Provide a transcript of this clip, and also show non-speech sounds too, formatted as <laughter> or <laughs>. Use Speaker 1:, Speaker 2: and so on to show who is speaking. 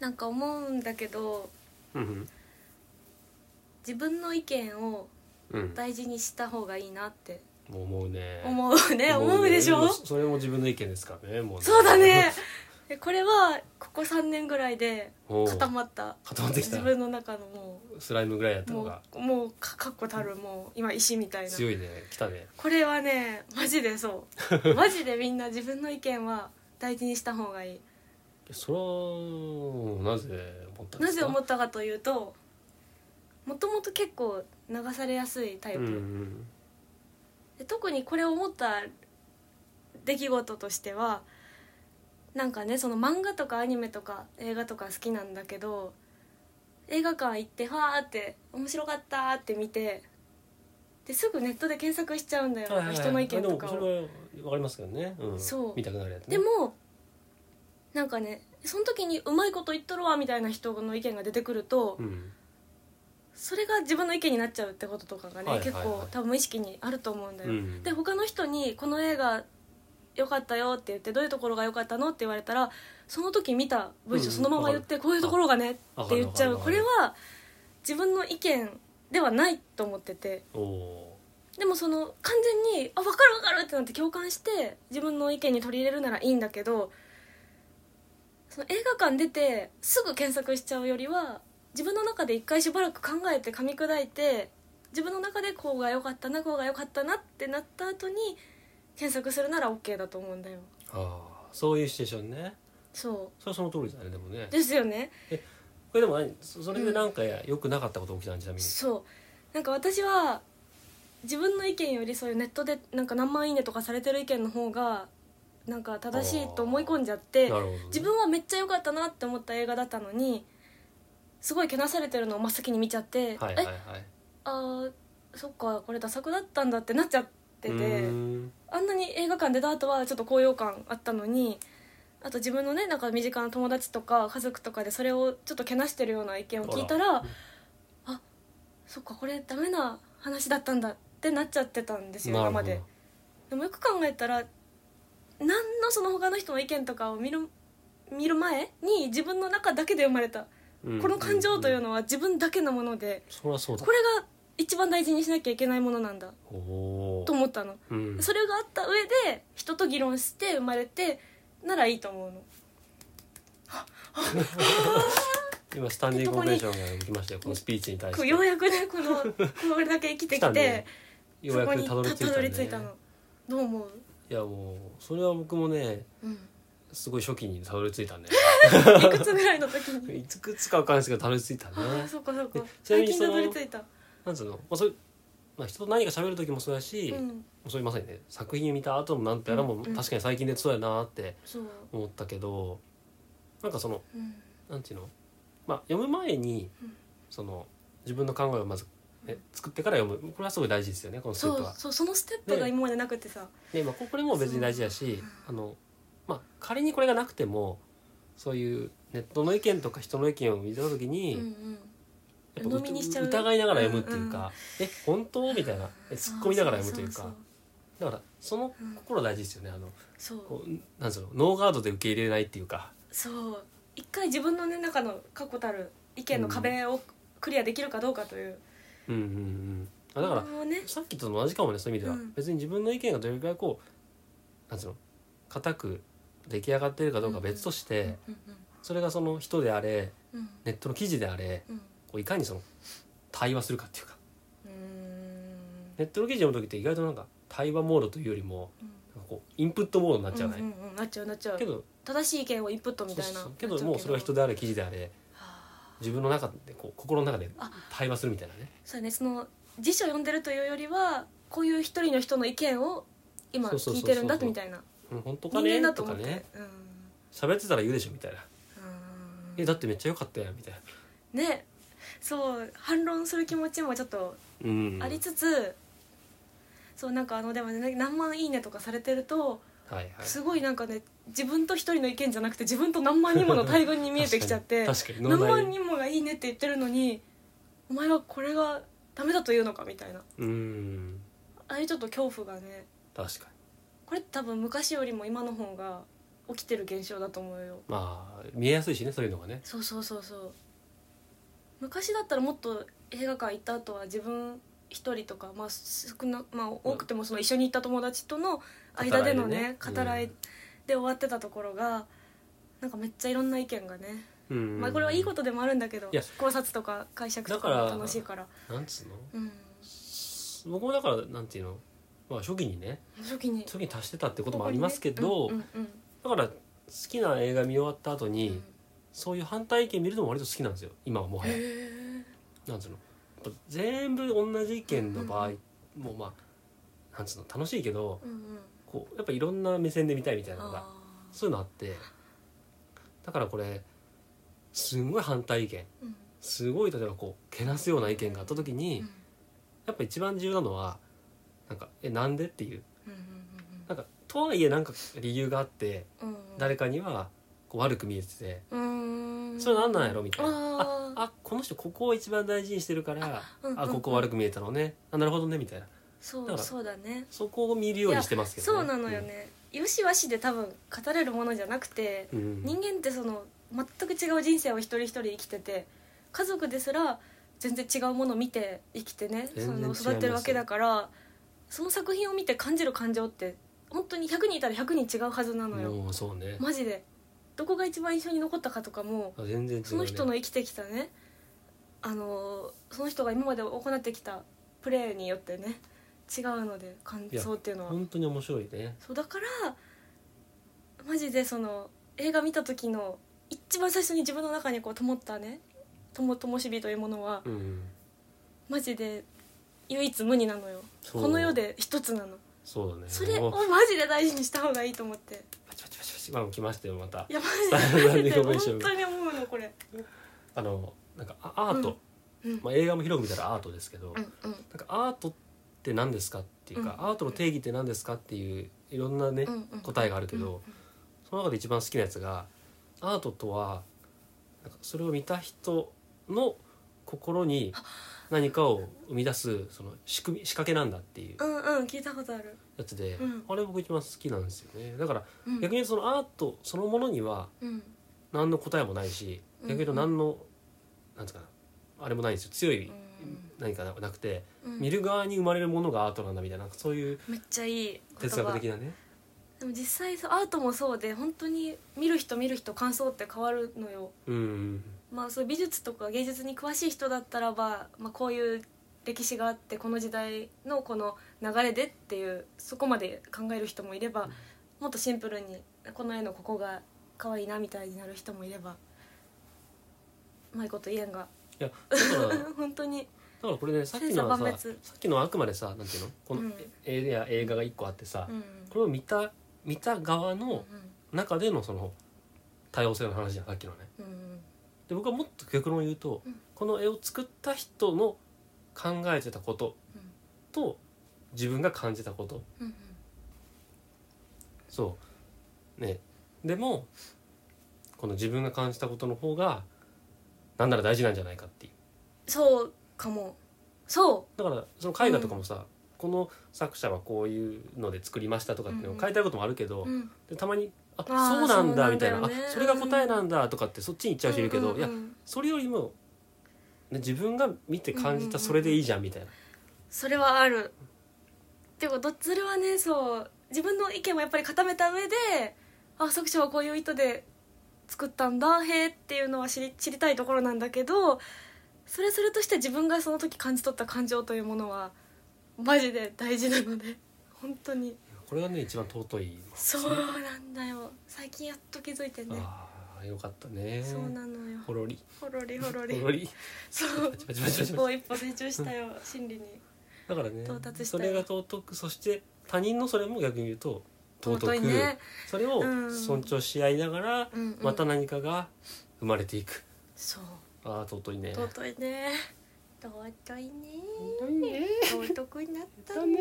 Speaker 1: なんか思うんだけど
Speaker 2: うん
Speaker 1: 自分の意見を
Speaker 2: うん
Speaker 1: 大事にした方がいいなって
Speaker 2: 思うね
Speaker 1: 思うね思うでし
Speaker 2: も
Speaker 1: ょ
Speaker 2: うそれも自分の意見ですからねもうね
Speaker 1: そうだねでこれはここ3年ぐらいで
Speaker 2: おう
Speaker 1: 固まった
Speaker 2: 固まってきた
Speaker 1: 自分の中のも
Speaker 2: スライムぐらいやっ
Speaker 1: う
Speaker 2: たの
Speaker 1: も
Speaker 2: が
Speaker 1: うもうかかっこたるもう今石みたいな
Speaker 2: 強いね来たね
Speaker 1: これはねマジでそう
Speaker 2: <laughs>
Speaker 1: マジでみんな自分の意見は大事にした方がいい
Speaker 2: それはなぜ思ったんで
Speaker 1: な
Speaker 2: す
Speaker 1: ぜ
Speaker 2: か
Speaker 1: 思
Speaker 2: っ
Speaker 1: ったかというともともと結構流されやすいタイ
Speaker 2: う
Speaker 1: プ、
Speaker 2: んうん
Speaker 1: で特にこれを思った出来事としてはなんかねその漫画とかアニメとか映画とか好きなんだけど映画館行って「はーって面白かった」って見てですぐネットで検索しちゃうんだよ、
Speaker 2: はいはいはい
Speaker 1: 人の意見とか
Speaker 2: でも
Speaker 1: を
Speaker 2: そ。れはわかりますけどね、うん、
Speaker 1: そう
Speaker 2: 見たくなるやつね
Speaker 1: でもなんかねその時にうまいこと言っとるわみたいな人の意見が出てくると、
Speaker 2: うん
Speaker 1: それが自分の意見になっちゃうってこととかがね、
Speaker 2: はいはいはい
Speaker 1: 結構多分無意識にあると思うんだよ、
Speaker 2: うん
Speaker 1: で他の人に「この映画良かったよ」って言って「どういうところが良かったの?」って言われたらその時見た文章
Speaker 2: うん
Speaker 1: そのまま言って「こういうところがね」って言っちゃう
Speaker 2: わ
Speaker 1: こ
Speaker 2: かる
Speaker 1: れ
Speaker 2: わ
Speaker 1: は自分の意見ではないと思ってて
Speaker 2: おお
Speaker 1: でもその完全に「あ分かる分かる」ってなって共感して自分の意見に取り入れるならいいんだけどその映画館出てすぐ検索しちゃうよりは自分の中で一回しばらく考えて噛み砕いて自分の中でこうが良かったなこうが良かったなってなった後に検索するなら OK だと思うんだよ
Speaker 2: ああそういうシチュエーションね
Speaker 1: そ
Speaker 2: それはその通りだねでもね
Speaker 1: うですよね
Speaker 2: これでも何そそれでなんか良くなかったこと起きたんちなみに、
Speaker 1: そうなんか私は自分の意見よりそういうネットでなんか何万いいねとかされてる意見の方がなんか正しいと思い込んじゃって
Speaker 2: なるほどね、
Speaker 1: 自分はめっちゃ良かったなって思った映画だったのにすごいけなされてるのを真っ先に見ちゃって、
Speaker 2: はいはい
Speaker 1: え
Speaker 2: はい
Speaker 1: あーそっかこれダ作だったんだってなっちゃってて
Speaker 2: うーん
Speaker 1: あんなに映画館出た後はちょっと高揚感あったのにあと自分のねなんか身近な友達とか家族とかでそれをちょっとけなしてるような意見を聞いたら
Speaker 2: あら
Speaker 1: あそっかこれダメな話だったんだってなっちゃってたんですよ
Speaker 2: な
Speaker 1: 今
Speaker 2: るほ
Speaker 1: ま
Speaker 2: ど
Speaker 1: で。でもよく考えたら何のその他の人の意見とかを見る見る前に自分の中だけで生まれた、
Speaker 2: うん
Speaker 1: この感情という
Speaker 2: うん
Speaker 1: のは自分だけのもので、
Speaker 2: それはそうだ
Speaker 1: これが一番大事にしなきゃいけないものなんだ
Speaker 2: おお
Speaker 1: と思ったの、
Speaker 2: うん、
Speaker 1: それがあった上で人と議論して生まれてならいいと思うの
Speaker 2: 今スタンディングオベーションが起きましたよこのスピーチに対し
Speaker 1: こ
Speaker 2: て
Speaker 1: うようやくねこ
Speaker 2: <laughs>
Speaker 1: のこれだけ生きてき
Speaker 2: 来た
Speaker 1: て、
Speaker 2: ねよ
Speaker 1: そう
Speaker 2: や
Speaker 1: こ
Speaker 2: く
Speaker 1: に
Speaker 2: たどり着いた,、
Speaker 1: たどり着いたのどう思う、
Speaker 2: いやもうそれは僕もね <laughs>
Speaker 1: うん、
Speaker 2: すごい初期にたどり着いたね
Speaker 1: いくつぐらいの時に
Speaker 2: いくつかわかんないですけどたどり着いたね
Speaker 1: ああそっかそっか
Speaker 2: でちな
Speaker 1: 最
Speaker 2: みに
Speaker 1: 近
Speaker 2: そ
Speaker 1: た
Speaker 2: の
Speaker 1: どり着いた
Speaker 2: なんつうの、まあ、そういうまあ、人と何か喋る時もそうだし、
Speaker 1: う
Speaker 2: も
Speaker 1: ん
Speaker 2: うそういうまさにね作品見た後もなんてやらも、
Speaker 1: うんうん
Speaker 2: 確かに最近でそうやなって
Speaker 1: そう、
Speaker 2: 思ったけどなんかその
Speaker 1: うん、
Speaker 2: なんていうの、まあ、読む前に、
Speaker 1: うん
Speaker 2: その自分の考えをまず、ね、作ってから読むこれはすごい大事ですよねこのステッ
Speaker 1: そ
Speaker 2: プ
Speaker 1: う
Speaker 2: は。
Speaker 1: そうそのステップが
Speaker 2: ね
Speaker 1: 今までなくてさ、
Speaker 2: で、まあ、ここれも別に大事だしあの、まあ、仮にこれがなくてもそういうネットの意見とか人の意見を見た時に、
Speaker 1: うんうん、
Speaker 2: やっぱ
Speaker 1: 鵜呑みにしちゃう
Speaker 2: 疑いながら読むっていうか「え本当?」みたいなえ突っ込みながら読むという
Speaker 1: そう
Speaker 2: かだからその心大事ですよねあの
Speaker 1: そうそうそう
Speaker 2: こうなんつうのノーガードで受け入れないっていうか
Speaker 1: そう一回自分の、ね、中の確固たる意見の壁をクリアできるかどうかという、
Speaker 2: うんうんうんあだから
Speaker 1: これをね
Speaker 2: さっきと同じかもねそういう意味では、
Speaker 1: うん
Speaker 2: 別に自分の意見がどれくらいこうなんつうの固く出来上がってるかどうかは別として、
Speaker 1: うん
Speaker 2: それがその人であれ
Speaker 1: うんうん
Speaker 2: ネットの記事であれ
Speaker 1: うん
Speaker 2: こういかにその対話するかっていうか
Speaker 1: うーん
Speaker 2: ネットの記事読む時って意外となんか対話モードというよりもなんかこうインプットモードになっちゃうね、
Speaker 1: うんうんうんなっちゃうなっちゃう
Speaker 2: けど
Speaker 1: 正しい意見をインプットみたいな
Speaker 2: そうそうけどもうそれは人
Speaker 1: で
Speaker 2: であれ記事であれ自分の中でこう心の中で
Speaker 1: あ
Speaker 2: 対話するみたいなね
Speaker 1: そうねその辞書を読んでるというよりはこういう一人の人の意見を今
Speaker 2: そうそう
Speaker 1: 聞
Speaker 2: そう
Speaker 1: い
Speaker 2: そう
Speaker 1: てるんだみたいな
Speaker 2: うん本当か
Speaker 1: 人
Speaker 2: ね
Speaker 1: 間だと
Speaker 2: と
Speaker 1: 思
Speaker 2: か
Speaker 1: って、
Speaker 2: ね
Speaker 1: うんう
Speaker 2: 喋ってたら言うでしょみたいな「
Speaker 1: ん
Speaker 2: えだってめっちゃ良かったやん」みたいな、
Speaker 1: ねそう反論する気持ちもちょっと
Speaker 2: うん
Speaker 1: ありつつ、そうなんかあのでもね何万いいねとかされてると
Speaker 2: はいはい、
Speaker 1: すごいなんかね自分と一人の意見じゃなくて自分と何万人もの大群に見えてきちゃって
Speaker 2: 確かに
Speaker 1: 何
Speaker 2: 確かに
Speaker 1: 万人もがいいねって言ってるのにお前はこれがダメだと言うのかみたいな
Speaker 2: うん
Speaker 1: ああいうちょっと恐怖がね
Speaker 2: 確かに
Speaker 1: これって多分昔よりも今の方が起きてる現象だと思うよ
Speaker 2: まあ見えやすいしねそういうのがね
Speaker 1: そうそうそうそう昔だったらもっと映画館行った後は自分一人とか、まあ少なまあ、多くてもその一緒に行った友達との間でのね語
Speaker 2: 語
Speaker 1: ら
Speaker 2: ら
Speaker 1: い
Speaker 2: いでね
Speaker 1: で終わってたところがなんかめっちゃいろんな意見がね、
Speaker 2: うん
Speaker 1: まあ、これはいいことでもあるんだけど
Speaker 2: いや
Speaker 1: 考察とか解釈とか
Speaker 2: だ
Speaker 1: も
Speaker 2: から
Speaker 1: 楽しいから
Speaker 2: なんつうの
Speaker 1: うん、
Speaker 2: 僕もだからなんていうの、まあ、初期にね
Speaker 1: 初期に
Speaker 2: 初期に足してたってこともありますけど、
Speaker 1: うんうん
Speaker 2: だから好きな映画見終わった後
Speaker 1: うん
Speaker 2: に、そういう反対意見見るのも割と好きなんですよ今はもは
Speaker 1: へ
Speaker 2: や。
Speaker 1: え
Speaker 2: なんつうのやっぱ全部同じ意見の場合もまあなんつうの楽しいけど
Speaker 1: うんうん
Speaker 2: こうやっぱいろんな目線で見たいみたいなのが
Speaker 1: あー
Speaker 2: そういうのあってだからこれすんごい反対意見
Speaker 1: うん
Speaker 2: すごい例えばこうけなすような意見があった時に、
Speaker 1: うん
Speaker 2: やっぱ一番重要なのはなんか「えなんで?」っていう
Speaker 1: うんうん
Speaker 2: なんかとはいえなんか理由があって
Speaker 1: うんうん
Speaker 2: 誰かにはこう悪く見えてて
Speaker 1: うーん
Speaker 2: それなんなんやろみたいな
Speaker 1: あー
Speaker 2: あこの人ここを一番大事にしてるから
Speaker 1: うんうんうん
Speaker 2: あここ悪く見えたのねあなるほどねみたいな
Speaker 1: そ
Speaker 2: だ
Speaker 1: う
Speaker 2: から
Speaker 1: そうだね
Speaker 2: そこを見るようにしてますけど
Speaker 1: そうなのよね、よしわしで多分語れるものじゃなくて、
Speaker 2: うん、うん
Speaker 1: 人間ってその全く違う人生を一人一人生きてて家族ですら全然違うものを見て生きてねそ
Speaker 2: 全然違い
Speaker 1: の
Speaker 2: ます
Speaker 1: 育ってるわけだからその作品を見て感じる感情って本当に100人いたら100人違うはずなのよ、
Speaker 2: もうそうね
Speaker 1: マジでどこが一番印象に残ったかとかも
Speaker 2: あ全然違う、ね、
Speaker 1: その人の生きてきたねあのその人が今まで行ってきたプレーによってね違うので感想っていうのは
Speaker 2: 本当に面白いね
Speaker 1: そうだからマジでその映画見た時の一番最初に自分の中にこう灯ったね灯灯火というものは
Speaker 2: うん
Speaker 1: マジで唯一無二なのよ
Speaker 2: そう
Speaker 1: この世で一つなの
Speaker 2: そうだね
Speaker 1: それ
Speaker 2: も
Speaker 1: を
Speaker 2: う
Speaker 1: マジで大事にした方がいいと思って
Speaker 2: パチパチパチパチまあ来ましたよまた
Speaker 1: いやマジでマジで
Speaker 2: <laughs> ごめんなさい
Speaker 1: 本当に思うのこれ
Speaker 2: あのなんかあアート、
Speaker 1: うんうん
Speaker 2: まあ、映画も広く見たらアートですけど、
Speaker 1: う
Speaker 2: なんん
Speaker 1: うん
Speaker 2: かアートって何ですかっていうか、
Speaker 1: うん
Speaker 2: アートの定義って何ですかっていういろんなね、
Speaker 1: うんうん
Speaker 2: 答えがあるけ
Speaker 1: うん
Speaker 2: ど、その中で一番好きなやつがアートとはなんかそれを見た人の心に何かを生み出すその仕組み仕掛けなんだっていう
Speaker 1: うんうん聞いたことある、
Speaker 2: やつで、
Speaker 1: うん
Speaker 2: あれ僕一番好きなんですよねだから
Speaker 1: うん、
Speaker 2: 逆にそのアートそのものには
Speaker 1: うん
Speaker 2: 何の答えもないし
Speaker 1: うん
Speaker 2: 逆に言うと何の、なんつうかなあれもないんですよ強い
Speaker 1: うん
Speaker 2: 何かなくて、
Speaker 1: うん
Speaker 2: 見る側に生まれるものがアートなんだみたいななんかそういう
Speaker 1: めっちゃいい言
Speaker 2: 哲学
Speaker 1: 葉
Speaker 2: 的なね
Speaker 1: でも実際そうアートもそうで本当に見る人見る人感想って変わるのよ
Speaker 2: うん
Speaker 1: まあそう美術とか芸術に詳しい人だったらば、まあ、こういう歴史があってこの時代のこの流れでっていうそこまで考える人もいればもっとシンプルにこの絵のここが可愛いなみたいになる人もいればうまいこと言えんが
Speaker 2: いやだから
Speaker 1: <laughs> 本当に
Speaker 2: だからこれ
Speaker 1: <laughs>
Speaker 2: ねさっきのは
Speaker 1: 千差万
Speaker 2: さ
Speaker 1: 別
Speaker 2: さっきのはあくまでさなんていうのこの、
Speaker 1: うん
Speaker 2: えいや映画が一個あってさ、
Speaker 1: うん
Speaker 2: これを見た見た側
Speaker 1: うん
Speaker 2: の中でのその多様性の話じゃんさっきのね
Speaker 1: うんうん
Speaker 2: で僕はもっと逆論を言うと、
Speaker 1: うん
Speaker 2: この絵を作った人の考えてたこと
Speaker 1: うん
Speaker 2: と自分が感じたこと
Speaker 1: うんうん
Speaker 2: そうねでもこの自分が感じたことの方がなんなら大事なんじゃないかっていう
Speaker 1: そうかもそ
Speaker 2: だからその絵画とかもさ、この作者はこういうので作りましたとかっていうのを書いてあることもあるけど、
Speaker 1: う、うん、
Speaker 2: でたまに「あ
Speaker 1: あー
Speaker 2: そうなんだ」みたいな
Speaker 1: そ
Speaker 2: 「
Speaker 1: うなんだよね
Speaker 2: あそれが答えなんだ」とかってそっちに行っちゃう人いるけ
Speaker 1: う
Speaker 2: ど、
Speaker 1: んうん
Speaker 2: いや
Speaker 1: うん
Speaker 2: それよりも、ね、自分が見て感じたそれでいいじゃんみたいな、
Speaker 1: それはあるでもどそれはねそう自分の意見もやっぱり固めた上であ作者はこういう意図で作ったんだへえっていうのは知り知りたいところなんだけどそれそれとして自分がその時感じ取った感情というものはマジで大事なので <laughs> 本当に
Speaker 2: これがね一番尊い、
Speaker 1: そうなんだよ最近やっと気づいてね
Speaker 2: ああよかったね
Speaker 1: そうなのよ
Speaker 2: ほろり
Speaker 1: ほろりほろり
Speaker 2: ほろり
Speaker 1: そう
Speaker 2: パチパチパチパ
Speaker 1: 一
Speaker 2: チ
Speaker 1: 歩一歩成長したよ心理に
Speaker 2: だからね
Speaker 1: 到達した
Speaker 2: そ
Speaker 1: よ
Speaker 2: れが尊くそして他人のそれも逆に言うと尊く
Speaker 1: いね
Speaker 2: それを
Speaker 1: うん
Speaker 2: 尊重し合いながら、
Speaker 1: うんうん
Speaker 2: また何かが生まれていく
Speaker 1: そう
Speaker 2: ああ尊いね
Speaker 1: 尊いね尊いね
Speaker 2: 尊いね
Speaker 1: 尊くなったね